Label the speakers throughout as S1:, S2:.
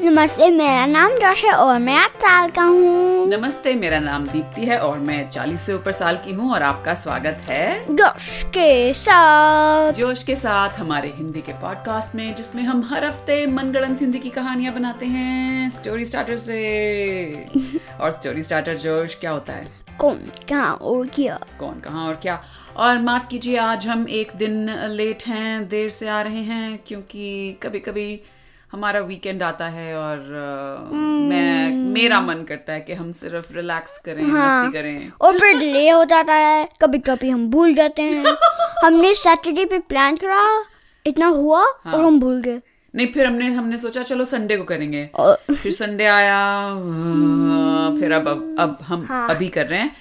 S1: नमस्ते मेरा नाम जोश है और मैं आठ साल का हूँ
S2: नमस्ते मेरा नाम दीप्ति है और मैं 40 से ऊपर साल की हूँ और आपका स्वागत है
S1: जोश के साथ
S2: जोश के साथ हमारे हिंदी के पॉडकास्ट में जिसमें हम हर हफ्ते मनगढ़ंत हिंदी की कहानियां बनाते हैं स्टोरी स्टार्टर से और स्टोरी स्टार्टर जोश क्या होता है
S1: कौन कहाँ और क्या
S2: कौन कहाँ और क्या और माफ कीजिए आज हम एक दिन लेट हैं देर से आ रहे हैं क्योंकि कभी कभी हमारा वीकेंड आता है और अ, मैं मेरा मन करता है कि हम सिर्फ रिलैक्स करें मस्ती करें
S1: और फिर डिले हो जाता है कभी कभी हम भूल जाते हैं हमने सैटरडे पे प्लान करा इतना हुआ और हम भूल गए
S2: नहीं फिर हमने हमने सोचा चलो संडे को करेंगे
S1: और
S2: फिर संडे आया
S1: हम्म।
S2: अ, फिर अब अब, अब हम
S1: हाँ।
S2: अभी कर रहे हैं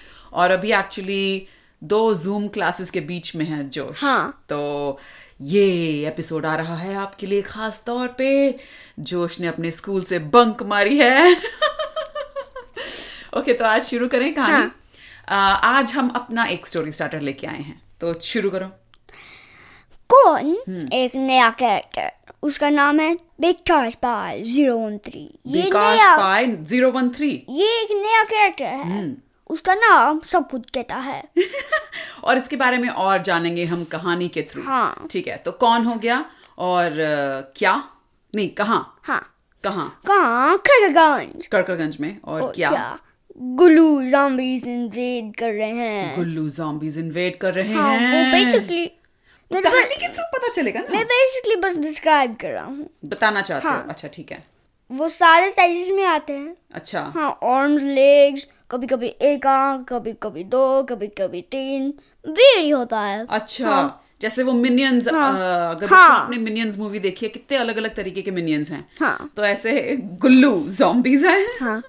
S2: और अभी एक्चुअली दो जूम क्लासेस के बीच में है जोश
S1: हाँ।
S2: तो ये एपिसोड आ रहा है आपके लिए खास तौर पे जोश ने अपने स्कूल से बंक मारी है ओके तो आज शुरू करें कहानी
S1: हाँ।
S2: अ, आज हम अपना एक स्टोरी स्टार्टर लेके आए हैं तो शुरू करो
S1: कौन एक नया कैरेक्टर उसका नाम है बिकास पाल जीरो थ्री ये
S2: विकास
S1: नया
S2: पाए जीरो वन थ्री
S1: ये एक नया कैरेक्टर है उसका नाम सब कुछ कहता है
S2: और इसके बारे में और जानेंगे हम कहानी के थ्रू
S1: हाँ।
S2: ठीक है तो कौन हो गया और अ, क्या नहीं कहाँ
S1: हाँ
S2: कहाँ
S1: कहाँ खड़गंज
S2: कड़कड़गंज में और,
S1: और
S2: क्या,
S1: क्या गुलू zombies invade कर रहे हैं
S2: गुल्लू zombies इन्वेड कर रहे
S1: हाँ वो
S2: हैं तो
S1: बेसिकली मैं
S2: कहानी के थ्रू पता चलेगा ना
S1: मैं हाँ। बेसिकली बस डिस्क्राइब कर रहा हूँ
S2: बताना चाहते हो अच्छा ठीक है
S1: वो सारे साइजेस में आते हैं
S2: अच्छा
S1: हाँ आर्म्स लेग्स कभी कभी एक आंख कभी कभी दो कभी कभी तीन वेरी होता है
S2: अच्छा जैसे वो मिनियंस अगर बच्चों
S1: हाँ।
S2: ने आपने मिनियंस मूवी देखी है कितने अलग अलग तरीके के मिनियंस हैं
S1: हाँ।
S2: तो ऐसे गुल्लू zombies हैं
S1: हाँ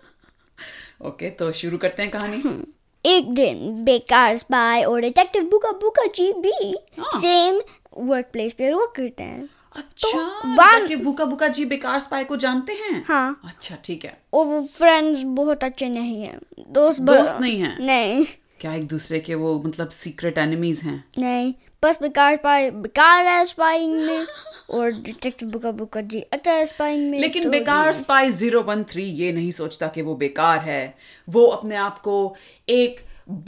S2: ओके तो शुरू करते हैं कहानी
S1: एक दिन बेकार स्पाई और डिटेक्टिव बुका बुका जी भी
S2: हाँ।
S1: सेम वर्क प्लेस पे वर्क करते हैं
S2: अच्छा
S1: वन-
S2: डिटेक्टिव भूका भूका जी बेकार स्पाई को जानते हैं
S1: तो हाँ
S2: अच्छा ठीक है
S1: और वो फ्रेंड्स बहुत अच्छे नहीं हैं दोस्त ब-
S2: दोस्त नहीं हैं
S1: नहीं
S2: क्या एक दूसरे के वो मतलब सीक्रेट एनिमीज हैं
S1: नहीं बस बेकार स्पाई बेकार है स्पाइंग में और डिटेक्टिव बुका बुका जी अच्छा है स्पाइंग में
S2: लेकिन
S1: तो-
S2: Bekaar spy zero one three ये नहीं सोचता कि वो बेकार है वो अपने आप को एक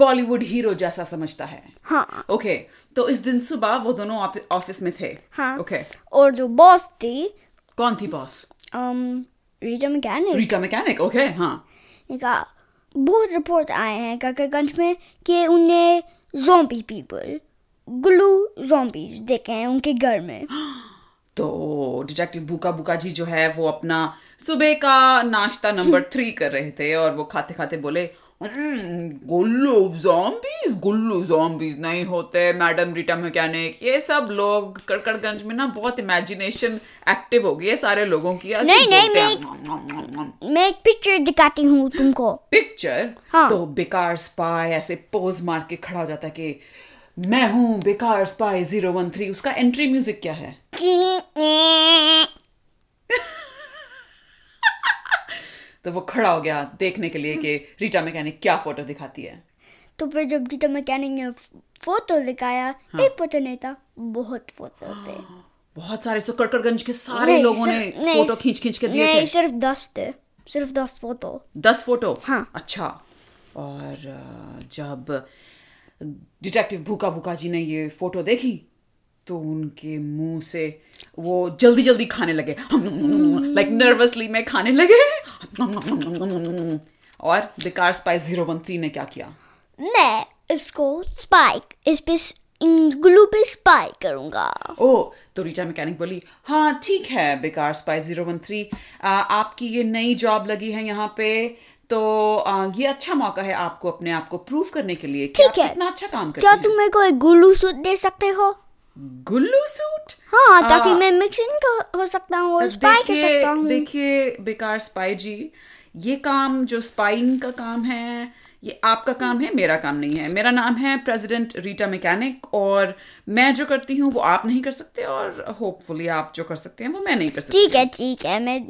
S2: बॉलीवुड हीरो जैसा समझता है
S1: हाँ
S2: ओके तो इस दिन सुबह वो दोनों ऑफि- ऑफिस में थे
S1: हाँ।
S2: ओके
S1: और जो बॉस थी um,
S2: कौन थी boss
S1: um Rita mechanic
S2: Rita mechanic okay हाँ
S1: ने कहा बहुत रिपोर्ट आए हैं काकरगंज में कि उन्हें जोम्बी पीपल ग्लू जोम्बीज देखे हैं उनके घर में
S2: तो डिटेक्टिव भूका भूका जी जो है वो अपना सुबह का नाश्ता नंबर थ्री कर रहे थे और वो खाते खाते बोले "हम्म, गुल्लू zombies गुल्लू zombies नहीं होते मैडम रीटा मैकेनिक ये सब लोग कड़कड़गंज में ना बहुत इमेजिनेशन एक्टिव हो गई है सारे लोगों की ऐसे
S1: नहीं, नहीं,
S2: बोलते हैं
S1: मैं एक पिक्चर दिखाती हूँ तुमको
S2: पिक्चर
S1: हाँ।
S2: तो बेकार स्पाई ऐसे पोज मार के खड़ा हो जाता है कि मैं हूँ बेकार स्पाई जीरो वन थ्री उसका एंट्री म्यूजिक क्या है तो वो खड़ा हो गया देखने के लिए कि रीटा मैकेनिक क्या फोटो दिखाती है
S1: तो फिर जब जीता मैकेनिक ने फोटो दिखाया एक फोटो नहीं था बहुत फोटो थे
S2: बहुत सारे सो कड़कड़गंज के सारे
S1: नहीं,
S2: लोगों ने
S1: सिर्फ- नहीं,
S2: फोटो खींच खींच के दिए
S1: नहीं
S2: थे
S1: सिर्फ दस थे सिर्फ दस फोटो
S2: दस फोटो
S1: हाँ।
S2: अच्छा और अ, जब डिटेक्टिव भूखा भूखा जी ने ये फोटो देखी तो उनके मुंह से वो जल्दी जल्दी खाने लगे लाइक नर्वसली में खाने लगे और Vikar Spice zero one three ने क्या किया
S1: मैं इसको स्पाइक इस पे ग्लू पे स्पाइक करूंगा
S2: ओ तो रीटा मैकेनिक बोली हाँ ठीक है Bekaar spy zero one three आपकी ये नई जॉब लगी है यहाँ पे तो आ, ये अच्छा मौका है आपको अपने आप को प्रूव करने के लिए कि
S1: ठीक
S2: आप
S1: है।
S2: कितना अच्छा काम करते
S1: क्या
S2: हैं
S1: तुम मेरे को एक गुल्लू सूट दे सकते हो
S2: गुल्लू सूट
S1: हाँ ताकि
S2: आ,
S1: मैं मिक्सिंग हो सकता हूँ और स्पाई हाँ, कर
S2: देखिए
S1: सकता हूँ
S2: देखिए बेकार स्पाई जी ये काम जो स्पाइंग का काम है ये आपका काम है मेरा काम नहीं है मेरा नाम है प्रेसिडेंट रीटा मैकेनिक और मैं जो करती हूँ वो आप नहीं कर सकते और होपफुली आप जो कर सकते हैं वो मैं नहीं कर सकती
S1: ठीक है ठीक है मैं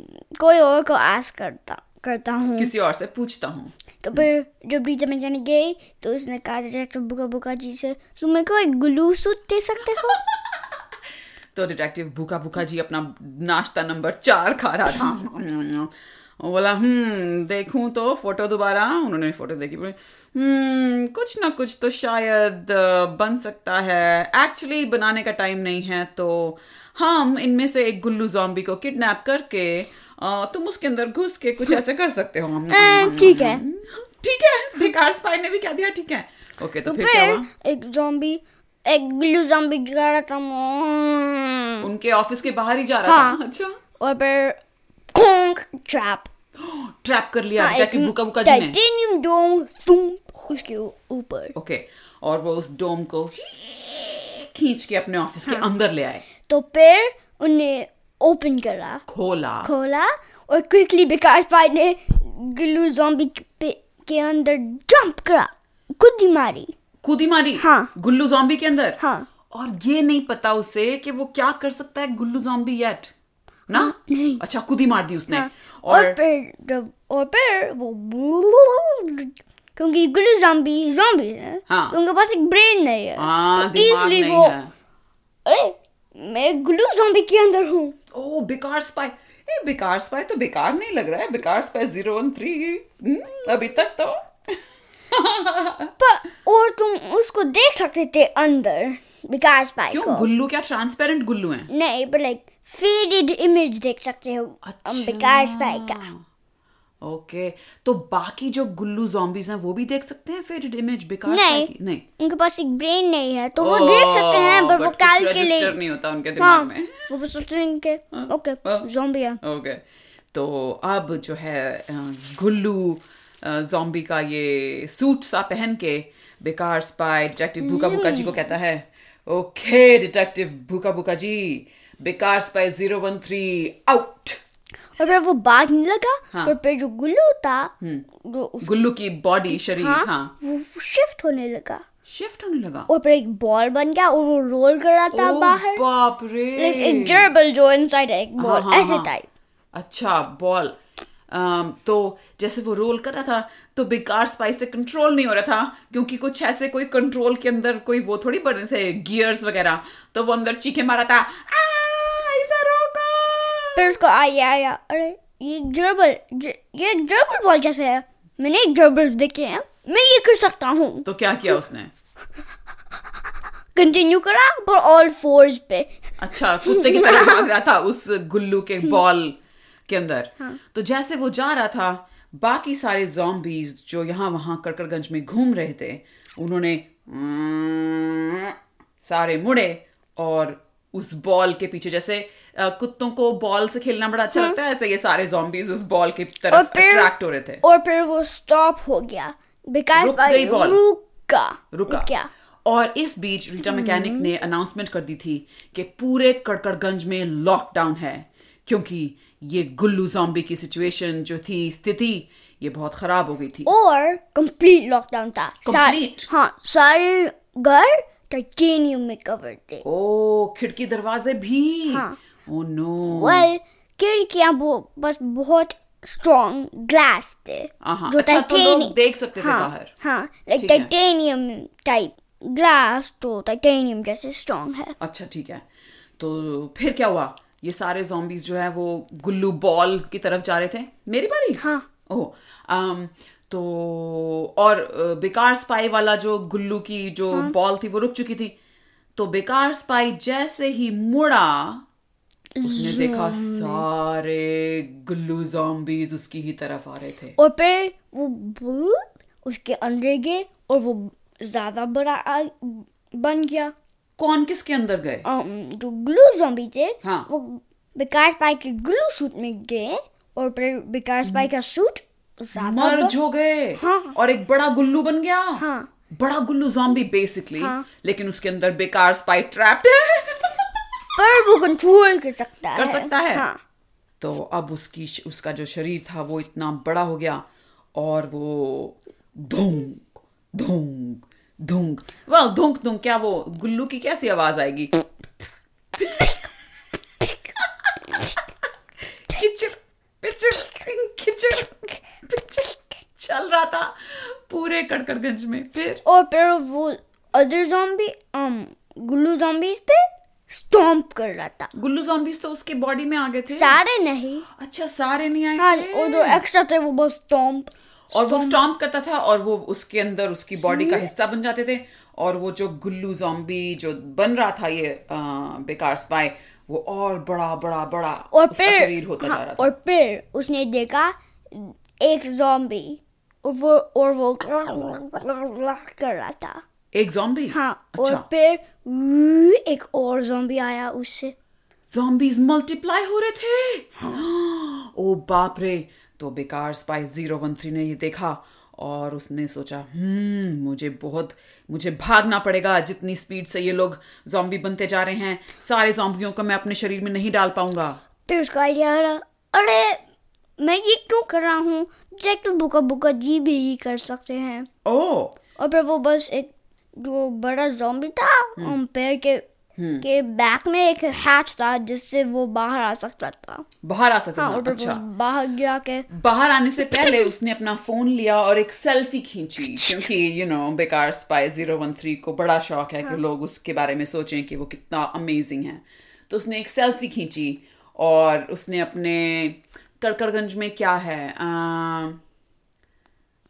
S1: कोई और को आस्क करता करता हूँ
S2: किसी और से पूछता हूँ
S1: तो फिर जब रीता मैकेनिक गई तो उसने कहा डिटेक्टिव बुका बुका जी से तुम मेरे को एक ग्लू सूट दे सकते हो
S2: तो डिटेक्टिव भूखा भूखा जी अपना नाश्ता नंबर चार खा रहा था वो बोला हम्म देखूं तो फोटो दोबारा उन्होंने फोटो देखी बोले हम्म कुछ ना कुछ तो शायद अ, बन सकता है एक्चुअली बनाने का टाइम नहीं है तो हम इनमें से एक गुल्लू जॉम्बी को किडनैप करके अ, तुम उसके अंदर घुस के कुछ ऐसे कर सकते हो
S1: अ, ठीक है
S2: ठीक है बेकार स्पाई ने भी क्या दिया ठीक है ओके तो फिर क्या हुआ
S1: फिर एक जॉम्बी एक ग्लू जॉम्बी जा रहा था मौं।
S2: उनके ऑफिस के बाहर ही जा रहा था
S1: हाँ।
S2: अच्छा
S1: और फिर कोंक ट्रैप
S2: ट्रैप कर
S1: हाँ,
S2: लिया जाके भूखा भूखा जी ने
S1: टाइटेनियम डोम फूम उसके ऊ- ऊपर
S2: ओके और वो उस डोम को खींच के अपने ऑफिस के अंदर ले आए
S1: तो फिर उन्हें ओपन करा
S2: खोला
S1: खोला और क्विकली विकास भाई ने ग्लू जॉम्बी पे- के अंदर जंप करा खुद ही मारी
S2: कूदी मारी
S1: हाँ।
S2: गुल्लू जॉम्बी के अंदर
S1: हाँ।
S2: और ये नहीं पता उसे कि वो क्या कर सकता है गुल्लू जॉम्बी येट ना
S1: हाँ, नहीं।
S2: अच्छा कूदी मार दी उसने
S1: हाँ,
S2: और
S1: और फिर जब और फिर वो क्योंकि ग्लू जॉम्बी जॉम्बी है
S2: हाँ।
S1: तो उनके पास एक ब्रेन नहीं है तो
S2: हाँ दिमाग
S1: easily
S2: नहीं
S1: वो
S2: है
S1: अरे मैं ग्लू जॉम्बी के अंदर हूँ
S2: ओ बेकार स्पाई ए बेकार स्पाई तो बेकार नहीं लग रहा है Bekaar spy zero one three अभी तक तो
S1: पर और तुम उसको देख सकते थे अंदर विकास भाई
S2: क्यों
S1: को
S2: गुल्लू क्या ट्रांसपेरेंट गुल्लू हैं
S1: नहीं पर लाइक फेडेड इमेज देख सकते हो हम विकास भाई का
S2: ओके अच्छा। तो बाकी जो गुल्लू जॉम्बीज हैं वो भी देख सकते हैं फेडेड इमेज बेकार
S1: नहीं।
S2: स्पाई की नहीं
S1: उनके पास एक ब्रेन नहीं है तो वो देख सकते हैं पर
S2: Oh,
S1: वो
S2: but कुछ register
S1: कैलकुलेट
S2: नहीं होता उनके
S1: हाँ
S2: दिमाग में
S1: वो बस सोचते हैं कि ओके
S2: हाँ।
S1: ज़ॉम्बी है
S2: ओके तो अब जो है अ, गुल्लू जॉम्बी का ये सूट सा पहन के बेकार स्पाई डिटेक्टिव भूखा भूखा जी को कहता है ओके डिटेक्टिव भूखा भूखा जी बेकार spy zero one three out
S1: और फिर वो भागने लगा
S2: हाँ।
S1: पर फिर जो गुल्लू था जो उस-
S2: गुल्लू की बॉडी शरीर
S1: हाँ,
S2: हाँ
S1: वो शिफ्ट होने लगा
S2: शिफ्ट होने लगा
S1: और फिर एक बॉल बन गया और वो रोल कर रहा था
S2: ओ,
S1: बाहर
S2: बाप
S1: लाइक एक
S2: रे
S1: जर्बल जो इनसाइड है एक
S2: हाँ,
S1: बॉल
S2: हाँ,
S1: ऐसे
S2: हाँ।
S1: टाइप
S2: अच्छा बॉल अम, तो जैसे वो रोल कर रहा था तो बेकार स्पाइस से कंट्रोल नहीं हो रहा था क्योंकि कुछ ऐसे कोई कंट्रोल के अंदर कोई वो थोड़ी बने थे गियर्स वगैरह तो वो अंदर चीखे मारा था "आ, इसे रोको!"
S1: फिर उसको आया आया अरे ये एक जर्बल ज- ये एक जर्बल बॉल जैसे है मैंने एक जर्बल देखे हैं मैं ये कर सकता हूँ
S2: तो क्या किया उसने
S1: कंटिन्यू करा पर ऑल फोर्स पे
S2: अच्छा कुत्ते की तरह भाग रहा था उस गुल्लू के बॉल के अंदर तो जैसे वो जा रहा था बाकी सारे जॉम्बीज जो यहाँ वहां कड़कड़गंज में घूम रहे थे उन्होंने सारे मुड़े और उस बॉल के पीछे जैसे अ, कुत्तों को बॉल से खेलना बड़ा अच्छा लगता है ऐसे ये सारे जॉम्बीज उस बॉल की
S1: और
S2: तरफ
S1: फिर-
S2: अट्रैक्ट हो रहे थे
S1: और फिर वो स्टॉप हो गया बिकॉज
S2: रुक गई बॉल।
S1: रुका
S2: रुका
S1: क्या
S2: और इस बीच रीटा मैकेनिक ने
S1: हम्म।
S2: अनाउंसमेंट कर दी थी कि पूरे कड़कड़गंज में लॉकडाउन है क्योंकि ये गुल्लू जॉम्बी की सिचुएशन जो थी स्थिति ये बहुत खराब हो गई थी
S1: और कंप्लीट लॉकडाउन था सारे-
S2: Complete?
S1: हाँ सारे घर टाइटेनियम में कवर थे
S2: ओ खिड़की दरवाजे भी
S1: हाँ।
S2: ओ नो
S1: वेल खिड़कियां वो बस बहुत स्ट्रॉन्ग ग्लास थे
S2: आहा, अच्छा, तो लोग
S1: titanium-
S2: देख सकते थे
S1: हाँ,
S2: बाहर।
S1: हाँ लाइक
S2: ठीक है।
S1: टाइटेनियम टाइप ग्लास तो टाइटेनियम जैसे स्ट्रॉन्ग है
S2: अच्छा ठीक है तो फिर क्या हुआ ये सारे जॉम्बीज जो है वो गुल्लू बॉल की तरफ जा रहे थे मेरी बारी
S1: हाँ
S2: ओह um, तो और अ, बेकार स्पाई वाला जो गुल्लू की जो
S1: हाँ।
S2: बॉल थी वो रुक चुकी थी तो बेकार स्पाई जैसे ही मुड़ा उसने देखा सारे गुल्लू जॉम्बीज उसकी ही तरफ आ रहे थे
S1: और फिर वो भूत उसके अंदर गए और वो ज्यादा बड़ा आ, बन गया
S2: कौन किसके अंदर गए
S1: अम, जो ग्लू जॉम्बी थे
S2: हाँ।
S1: वो विकास भाई के ग्लू सूट में गए और फिर विकास भाई का सूट ज्यादा
S2: मर्ज
S1: बड़ा-
S2: हो गए
S1: तो- हाँ।
S2: और एक बड़ा गुल्लू बन गया
S1: हाँ।
S2: बड़ा गुल्लू जॉम्बी बेसिकली
S1: हाँ।
S2: लेकिन उसके अंदर बेकार स्पाई ट्रैप्ड है
S1: पर वो कंट्रोल कर सकता
S2: कर
S1: है
S2: सकता है
S1: हाँ
S2: तो अब उसकी उसका जो शरीर था वो इतना बड़ा हो गया और वो धुंग धुंग धुंग वाह धुंग धुंग क्या वो गुल्लू की कैसी आवाज आएगी किचर पिचर किचर पिचर चल रहा था पूरे कड़कड़गंज में फिर
S1: और फिर वो other zombie um glue zombies पे स्टॉम्प कर रहा था
S2: गुल्लू जॉम्बीज तो उसके बॉडी में आ गए थे
S1: सारे नहीं
S2: अच्छा सारे नहीं आए
S1: हाँ
S2: थे
S1: वो जो एक्स्ट्रा थे वो बस स्टॉम्प
S2: और वो स्टॉम्प करता था और वो उसके अंदर उसकी बॉडी
S1: Hmm.
S2: का हिस्सा बन जाते थे और वो जो गुल्लू जॉम्बी जो बन रहा था ये अ, बेकार स्पाई वो और बड़ा बड़ा बड़ा
S1: और
S2: उसका
S1: फिर
S2: शरीर होता
S1: हाँ,
S2: जा रहा था
S1: और फिर उसने देखा एक zombie और वो और वो कर रहा था
S2: एक जॉम्बी
S1: हाँ और
S2: अच्छा
S1: फिर वी, एक और zombie आया उससे
S2: zombies मल्टीप्लाई हो रहे
S1: हाँ।
S2: थे ओ बाप रे तो Bekaar spy zero one three ने ये देखा और उसने सोचा हम्म मुझे बहुत मुझे भागना पड़ेगा जितनी स्पीड से ये लोग जॉम्बी बनते जा रहे हैं सारे जॉम्बियों को मैं अपने शरीर में नहीं डाल पाऊंगा
S1: फिर उसका आइडिया आ रहा अरे मैं ये क्यों कर रहा हूँ डायरेक्ट बुका बुका जी भी ये कर सकते हैं
S2: ओ
S1: और फिर वो बस एक जो बड़ा zombie था
S2: हम्म।
S1: um, पेड़ के के बैक में एक हैच था जिससे वो बाहर आ सकता था
S2: बाहर आ सकता
S1: हाँ और फिर वो
S2: अच्छा
S1: बाहर जाके
S2: बाहर आने से पहले उसने अपना फोन लिया और एक सेल्फी खींची क्योंकि यू नो बेकार स्पाई जीरो वन थ्री को बड़ा शौक
S1: हाँ।
S2: है कि लोग उसके बारे में सोचें कि वो कितना अमेजिंग है तो उसने एक सेल्फी खींची और उसने अपने कड़कड़गंज में क्या है अ,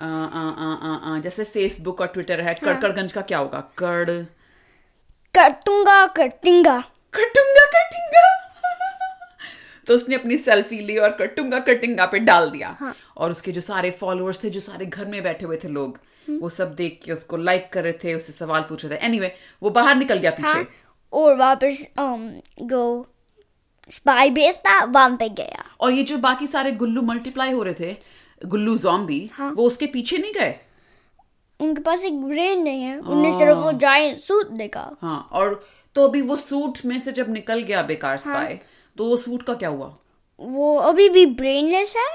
S2: अ, अ, अ, अ, अ, जैसे फेसबुक और ट्विटर
S1: हाँ।
S2: है कड़कड़गंज का क्या होगा कड़
S1: करतूंगा करतींगा
S2: कटूंगा कटिंगा तो उसने अपनी सेल्फी ली और कटूंगा कटिंगा पे डाल दिया
S1: हाँ।
S2: और उसके जो सारे फॉलोअर्स थे जो सारे घर में बैठे हुए थे लोग
S1: हम्म।
S2: वो सब देख के उसको लाइक कर रहे थे उससे सवाल पूछ रहे थे एनीवे anyway, वो बाहर निकल गया पीछे
S1: हाँ और वापस um, जो स्पाई बेस था वहां पे गया
S2: और ये जो बाकी सारे गुल्लू मल्टीप्लाई हो रहे थे गुल्लू जॉम्बी
S1: हाँ।
S2: वो उसके पीछे नहीं गए
S1: उनके पास एक ब्रेन नहीं है उन्हें सिर्फ वो जायंट सूट देखा
S2: हाँ और तो अभी वो सूट में से जब निकल गया बेकार
S1: हाँ।
S2: स्पाई तो वो सूट का क्या हुआ
S1: वो अभी भी ब्रेनलेस है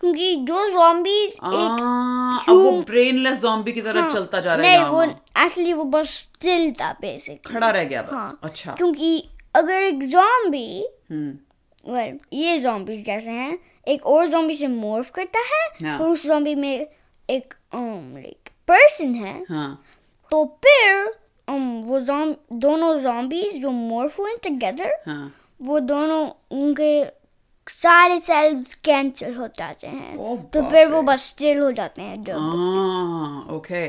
S1: क्योंकि जो zombies
S2: आ,
S1: एक हाँ।
S2: अब वो ब्रेनलेस जॉम्बी की तरह हाँ, चलता जा रहा है
S1: नहीं
S2: यहाँ
S1: वो
S2: वहाँ।
S1: एक्चुअली वो बस स्टिल था बेसिक
S2: खड़ा रह गया बस
S1: हाँ।
S2: अच्छा
S1: क्योंकि अगर एक zombie
S2: हम्म
S1: वेल ये zombies जैसे हैं एक और zombie से morph करता है
S2: हाँ।
S1: पर उस zombie में एक लाइक पर्सन है
S2: हाँ
S1: तो फिर um, वो जॉम दोनों zombies जो morph हुए together
S2: हाँ
S1: वो दोनों उनके सारे सेल्स कैंसिल हो जाते
S2: ओ हाँ।
S1: हैं तो फिर वो बस स्टिल हो जाते हैं जब
S2: ओके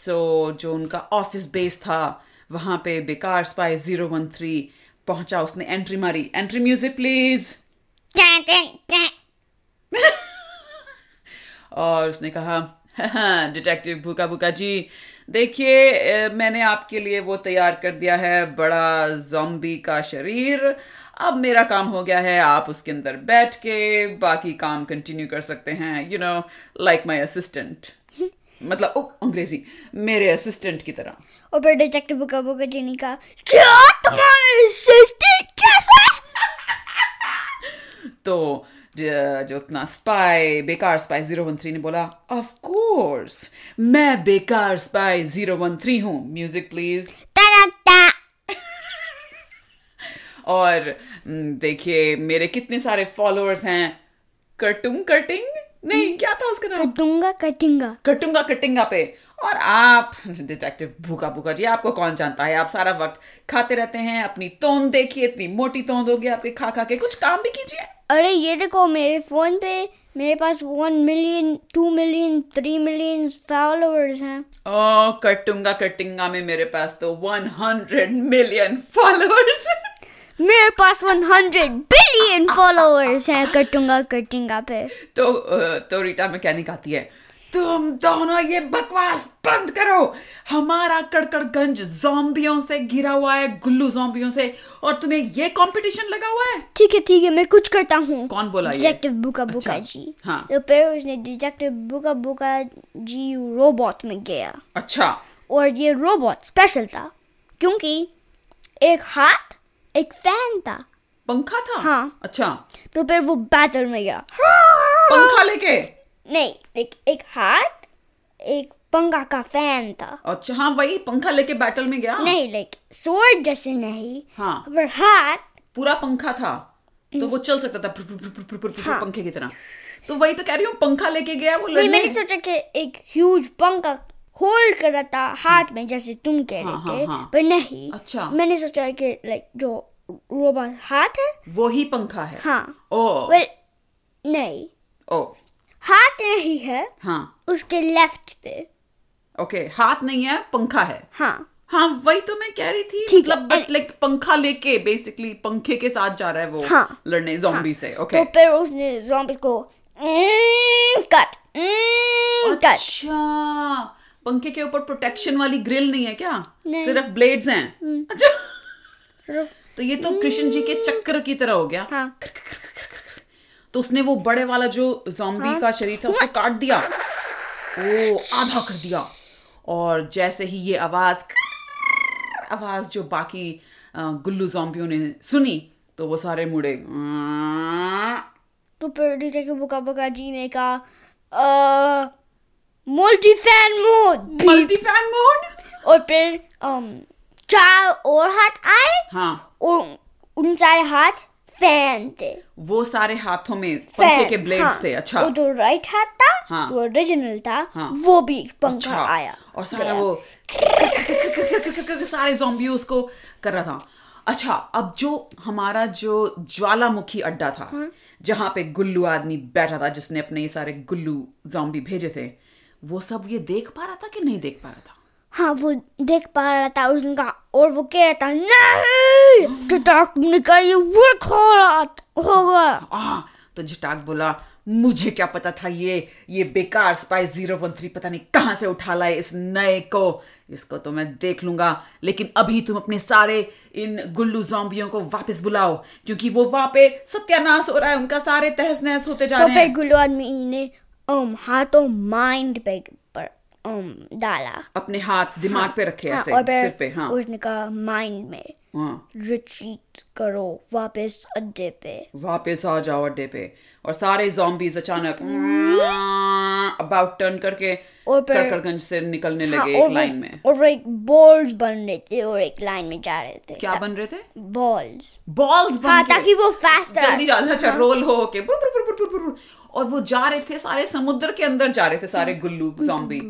S2: सो जो उनका ऑफिस बेस था वहां पे Bekaar spy zero one three पहुंचा उसने एंट्री मारी एंट्री म्यूजिक प्लीज
S1: टैं, टैं, टैं।
S2: और उसने कहा "हाँ, डिटेक्टिव भूका भूका जी देखिए अ, मैंने आपके लिए वो तैयार कर दिया है बड़ा जॉम्बी का शरीर अब मेरा काम हो गया है आप उसके अंदर बैठ के बाकी काम कंटिन्यू कर सकते हैं you know like my assistant मतलब ओ, अंग्रेजी मेरे असिस्टेंट की तरह
S1: और फिर डिटेक्टिव बुका बुका जी ने कहा क्या तुम्हारे सिस्टर कैसे
S2: तो ज- जो अपना spy Bekaar spy zero one three ने बोला ऑफ कोर्स मैं बेकार स्पाई जीरो वन थ्री हूँ म्यूजिक प्लीज
S1: ता ता
S2: और हम्म, देखिए मेरे कितने सारे फॉलोअर्स हैं कटुम कटिंग नहीं क्या था उसका नाम
S1: कटूंगा कटूंगा
S2: कटूंगा कटिंगा पे और आप डिटेक्टिव भूखा भूखा जी आपको कौन जानता है आप सारा वक्त खाते रहते हैं अपनी तोंद देखिए इतनी मोटी तोंद होगी आपके खा खा के कुछ काम भी कीजिए
S1: अरे ये देखो मेरे फोन पे मेरे पास one million two million three million followers हैं
S2: ओ कटूंगा कटिंगा में मेरे पास तो 100 मिलियन फॉलोअर्स
S1: मेरे पास 100 बिलियन फॉलोअर्स हैं कटूंगा कटूंगा पे
S2: तो अ, तो रीटा मैकेनिक आती है तुम दोनों ये बकवास बंद करो हमारा कड़कड़गंज जोम्बियों से घिरा हुआ है गुल्लू जोम्बियों से और तुम्हें ये कंपटीशन लगा हुआ है
S1: ठीक है ठीक है मैं कुछ करता हूँ
S2: कौन बोला ये
S1: डिटेक्टिव बुका बुका
S2: अच्छा,
S1: जी
S2: हाँ।
S1: तो फिर उसने डिटेक्टिव बुका बुका जी रोबोट में गया
S2: अच्छा
S1: और ये रोबोट स्पेशल था क्योंकि एक हाथ एक फैन था
S2: पंखा था
S1: हाँ।
S2: अच्छा
S1: तो फिर वो बैटल में गया
S2: पंखा लेके
S1: नहीं एक, एक हाथ एक पंगा का फैन था
S2: अच्छा हाँ वही पंखा लेके बैटल में गया
S1: नहीं लाइक sword जैसे नहीं
S2: हाँ
S1: पर हाथ
S2: पूरा पंखा था तो वो चल सकता था पुर- पुर- पुर- पुर- पुर- पुर- पुर- पंखे की तरह तो वही तो कह रही हूँ पंखा लेके गया वो
S1: हाँ। नहीं
S2: लड़ने
S1: मैंने सोचा कि एक ह्यूज पंखा होल्ड कर रहा था हाथ में जैसे तुम कह रहे
S2: हाँ,
S1: थे
S2: हाँ, हाँ।
S1: पर नहीं
S2: अच्छा।
S1: मैंने सोचा कि लाइक जो रोबोट हाथ है
S2: वो ही पंखा है
S1: हाँ
S2: ओ
S1: वेल नहीं
S2: ओ
S1: हाथ नहीं है
S2: हाँ
S1: उसके लेफ्ट पे
S2: ओके हाथ नहीं है पंखा है
S1: हाँ
S2: हाँ वही तो मैं कह रही थी
S1: ठीक है,
S2: मतलब बट लाइक पंखा लेके बेसिकली पंखे के साथ जा रहा है वो
S1: हाँ,
S2: लड़ने जॉम्बी से ओके
S1: तो फिर उसने जॉम्बी को mm, कट कट
S2: अच्छा पंखे के ऊपर प्रोटेक्शन वाली ग्रिल नहीं है क्या
S1: नहीं। हम्म।
S2: सिर्फ ब्लेड्स हैं अच्छा तो ये तो कृष्ण जी के चक्र की तरह हो गया
S1: हाँ
S2: तो उसने वो बड़े वाला जो जॉम्बी का शरीर था उसको काट दिया ओ आधा कर दिया और जैसे ही ये आवाज आवाज जो बाकी अ, गुल्लू जॉम्बियों ने सुनी तो वो सारे मुड़े
S1: तो फिर डिटेक्टिव बुका बुका जी ने कहा multi fan mode
S2: multi fan mode
S1: और फिर अम, चार और हाथ आए
S2: हाँ
S1: और उन सारे हाथ फैन थे
S2: वो सारे हाथों में पंखे
S1: फैन,
S2: के ब्लेड्स
S1: हाँ।
S2: थे अच्छा
S1: और जो राइट हाथ था
S2: हाँ।
S1: जो ओरिजिनल था
S2: हाँ।
S1: वो भी पंखा
S2: अच्छा
S1: आया
S2: और सारा
S1: गया।
S2: वो सारे जोम्बी उसको कर रहा था अच्छा अब जो हमारा जो ज्वालामुखी अड्डा था
S1: हम्म।
S2: जहां पे गुल्लू आदमी बैठा था जिसने अपने ये सारे गुल्लू जोम्बी भेजे थे वो सब ये देख पा रहा था कि नहीं देख पा रहा था
S1: हाँ वो देख पा रहा था उसने कहा और वो कह रहा था नहीं तो तुमने कहा ये वर्क हो रहा होगा
S2: आ, तो जटाक बोला मुझे क्या पता था ये ये Bekaar spice zero one three पता नहीं कहाँ से उठा लाए इस नए को इसको तो मैं देख लूंगा लेकिन अभी तुम अपने सारे इन गुल्लू जॉम्बियों को वापस बुलाओ क्योंकि वो वहां पे सत्यानाश हो रहा है उनका सारे तहस नहस होते जा
S1: तो
S2: रहे
S1: फिर
S2: हैं
S1: गुल्लू आदमी ने um, हाथों माइंड पे पर um, डाला
S2: अपने हाथ दिमाग पे रखे
S1: हाँ,
S2: ऐसे
S1: और फिर
S2: सिर पे हाँ
S1: उसने कहा माइंड में
S2: हाँ
S1: रिट्रीट करो वापस अड्डे पे
S2: वापस आ जाओ अड्डे पे और सारे जॉम्बीज अचानक अबाउट टर्न करके
S1: हम्म। और फिर-
S2: करकरगंज से निकलने
S1: हाँ,
S2: लगे
S1: और
S2: एक
S1: वो-
S2: लाइन में
S1: और वो एक बॉल्स बन रहे थे और एक लाइन में जा रहे थे
S2: क्या बन रहे थे
S1: बॉल्स
S2: बॉल्स बन
S1: हाँ
S2: के
S1: ताकि वो हाँ। फास्टर
S2: जल्दी जाना अच्छा रोल हो के बुर बुर बुर बुर बुर बुर। और वो जा रहे थे सारे समुद्र के अंदर जा रहे थे
S1: हाँ।
S2: सारे गुल्लू जॉम्बी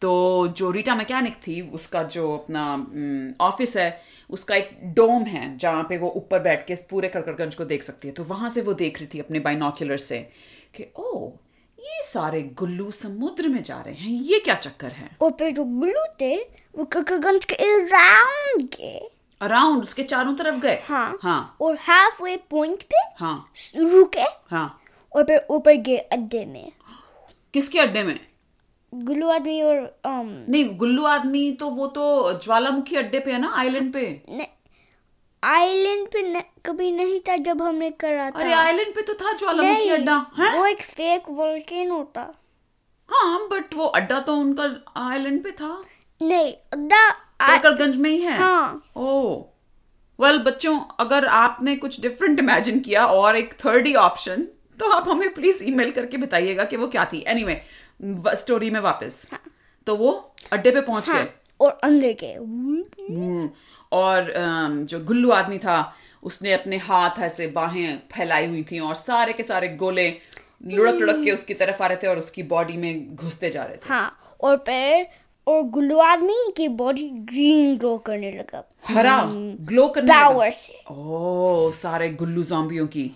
S2: तो जो रीटा मैकेनिक थी उसका जो अपना ऑफिस है उसका एक डोम है जहाँ पे वो ऊपर बैठ के इस पूरे कड़कड़गंज को देख सकती है तो वहां से वो देख रही थी अपने बाइनोक्यूलर से कि ओ ये सारे गुल्लू समुद्र में जा रहे हैं ये क्या चक्कर है
S1: और फिर जो ग्लू थे वो ककरगंज के अराउंड गए
S2: अराउंड उसके चारों तरफ गए
S1: हाँ
S2: हाँ
S1: और हाफ वे पॉइंट पे
S2: हाँ
S1: रुके
S2: हाँ
S1: और फिर ऊपर गए अड्डे में
S2: किसके अड्डे में
S1: ग्लू आदमी और um,
S2: नहीं गुल्लू आदमी तो वो तो ज्वालामुखी अड्डे पे है ना आइलैंड पे
S1: ने- आइलैंड पे न, कभी नहीं था जब हमने करा था
S2: अरे आइलैंड पे तो था ज्वालामुखी
S1: अच्छा। नहीं,
S2: अड्डा है
S1: वो एक फेक वोल्केनो था
S2: हाँ बट वो अड्डा तो उनका आइलैंड पे था
S1: नहीं अड्डा आ-
S2: करकरगंज में ही है
S1: हाँ
S2: ओ वेल बच्चों अगर आपने कुछ डिफरेंट इमेजिन किया और एक थर्ड ही ऑप्शन तो आप हमें प्लीज ईमेल करके बताइएगा कि वो क्या थी एनीवे स्टोरी में वापस तो वो अड्डे पे पहुंच
S1: हाँ
S2: गए
S1: और अंदर गए
S2: हम्म, और अम, जो गुल्लू आदमी था उसने अपने हाथ ऐसे बाहें फैलाई हुई थी और सारे के सारे गोले लुढ़क लुढ़क के उसकी तरफ आ रहे थे और उसकी बॉडी में घुसते जा रहे थे
S1: हाँ और पैर और गुल्लू आदमी की बॉडी ग्रीन ग्रो करने लगा
S2: हरा ग्लो करने लगा।
S1: फ्लावर से
S2: ओ सारे गुल्लू जॉम्बियों की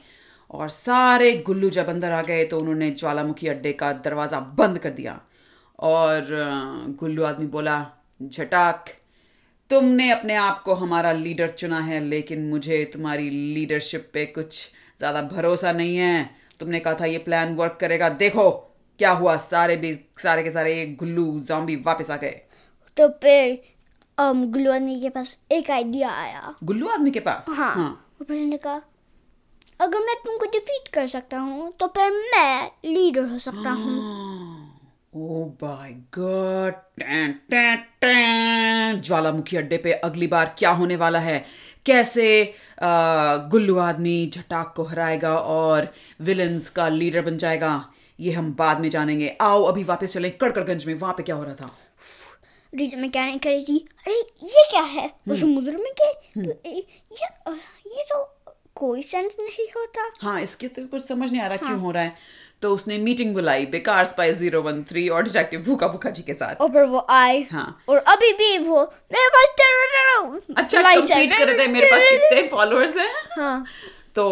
S2: और सारे गुल्लू जब अंदर आ गए तो उन्होंने ज्वालामुखी अड्डे का दरवाजा बंद कर दिया और अ, गुल्लू आदमी बोला झटाक तुमने अपने आप को हमारा लीडर चुना है लेकिन मुझे तुम्हारी लीडरशिप पे कुछ ज्यादा भरोसा नहीं है तुमने कहा था ये प्लान वर्क करेगा देखो क्या हुआ सारे भी सारे के सारे ये गुल्लू जॉम्बी वापस आ गए
S1: तो फिर um, गुल्लू आदमी के पास एक आइडिया आया
S2: गुल्लू आदमी के पास
S1: हाँ और फिर उसने कहा अगर मैं तुमको डिफीट कर सकता हूँ तो फिर मैं लीडर हो सकता हूँ
S2: ओ बाय गॉड टैं, टैं, टैं। ज्वालामुखी अड्डे पे अगली बार क्या होने वाला है कैसे अ, गुल्लू आदमी झटाक को हराएगा और विलन्स का लीडर बन जाएगा ये हम बाद में जानेंगे आओ अभी वापस चलें कड़कड़गंज में वहां पे क्या हो रहा था
S1: रीजन में क्या नहीं करी थी
S2: हम्म।
S1: अरे ये क्या है वो समुद्र में गए तो ये ये तो कोई सेंस नहीं होता
S2: हाँ इसके तो कुछ समझ नहीं आ रहा क्यों हो रहा है तो उसने मीटिंग बुलाई Bekaar spy zero one three और डिटेक्टिव भूखा भूखा जी के साथ
S1: और पर वो आए
S2: हाँ।
S1: और अभी भी वो मेरे पास terror, terror,
S2: अच्छा
S1: चलाई
S2: कंप्लीट
S1: जाए।
S2: कर रहे थे मेरे पास कितने फॉलोअर्स हैं
S1: हाँ
S2: तो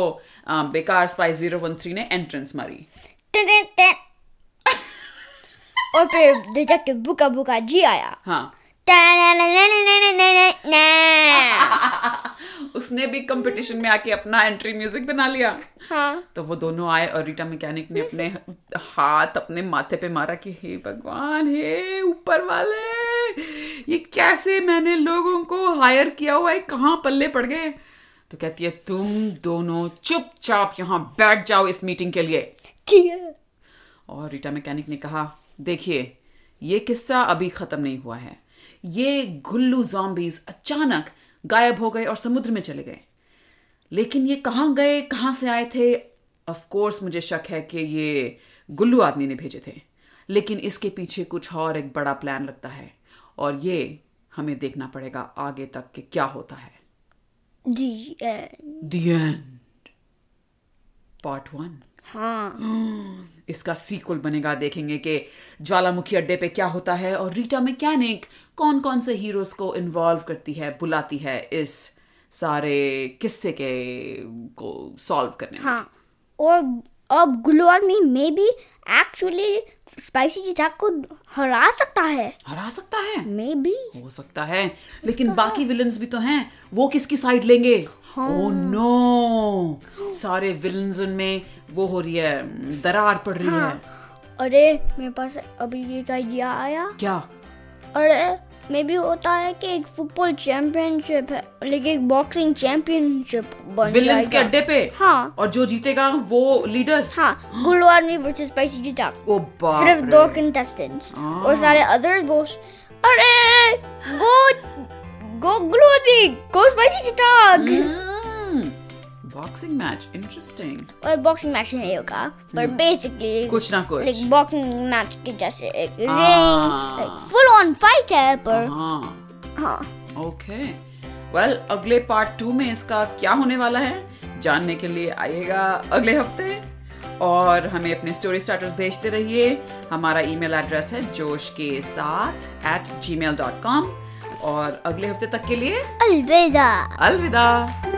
S2: अ, Bekaar spy zero one three ने एंट्रेंस मारी
S1: टें, टें, टें। और फिर डिटेक्टिव बुका बुका जी आया
S2: हाँ
S1: हाँ
S2: उसने भी कंपटीशन में आके अपना एंट्री म्यूजिक बना लिया
S1: हाँ।
S2: तो वो दोनों आए और रीटा मैकेनिक ने अपने हाथ अपने माथे पे मारा कि हे भगवान हे ऊपर वाले ये कैसे मैंने लोगों को हायर किया हुआ है कहाँ पल्ले पड़ गए तो कहती है तुम दोनों चुपचाप यहाँ बैठ जाओ इस मीटिंग के लिए
S1: ठीक है
S2: और रीटा मैकेनिक ने कहा देखिए ये किस्सा अभी खत्म नहीं हुआ है ये गुल्लू जॉम्बीज अचानक गायब हो गए और समुद्र में चले गए लेकिन ये कहाँ गए कहाँ से आए थे ऑफ कोर्स मुझे शक है कि ये गुल्लू आदमी ने भेजे थे लेकिन इसके पीछे कुछ और एक बड़ा प्लान लगता है और ये हमें देखना पड़ेगा आगे तक कि क्या होता है
S1: जी अ,
S2: दी एंड पार्ट वन
S1: हाँ
S2: इसका सीक्वल बनेगा देखेंगे कि ज्वालामुखी अड्डे पे क्या होता है और रीटा मैकेनिक कौन कौन से हीरोज को इन्वॉल्व करती है बुलाती है इस सारे किस्से के को सॉल्व करने में
S1: हाँ और अब glue army may be actually spicy जिटाक को हरा सकता है
S2: हरा सकता है
S1: मे बी
S2: हो सकता है लेकिन बाकी विलन्स भी तो हैं वो किसकी साइड लेंगे
S1: हाँ।
S2: ओ नो सारे विलन्स उनमें वो हो रही है दरार पड़ रही
S1: हाँ।
S2: है
S1: अरे मेरे पास अभी एक आइडिया आया
S2: क्या
S1: अरे मे बी होता है कि एक फुटबॉल चैंपियनशिप है लेकिन एक बॉक्सिंग चैंपियनशिप बन
S2: विलन्स के
S1: जाएगा
S2: अड्डे पे
S1: हाँ।
S2: और जो जीतेगा वो लीडर
S1: हाँ ग्लू आर्मी वर्सेस स्पाइसी जिटाक
S2: ओ बाप
S1: सिर्फ
S2: रे। हाँ।
S1: दो कंटेस्टेंट्स और सारे अदर बोस अरे go go glue army go spicy जिटाक
S2: हम्म। Hmm. बॉक्सिंग मैच इंटरेस्टिंग
S1: और बॉक्सिंग मैच नहीं होगा पर बेसिकली
S2: कुछ ना कुछ
S1: लाइक बॉक्सिंग मैच के जैसे एक
S2: हाँ।
S1: रिंग फुल ऑन फाइट है पर
S2: हाँ
S1: हाँ
S2: ओके वेल अगले पार्ट टू में इसका क्या होने वाला है जानने के लिए आइएगा अगले हफ्ते और हमें अपने स्टोरी स्टार्टर्स भेजते रहिए हमारा ईमेल एड्रेस है जोश के साथ at Gmail dot com और अगले हफ्ते तक के लिए
S1: अलविदा
S2: अलविदा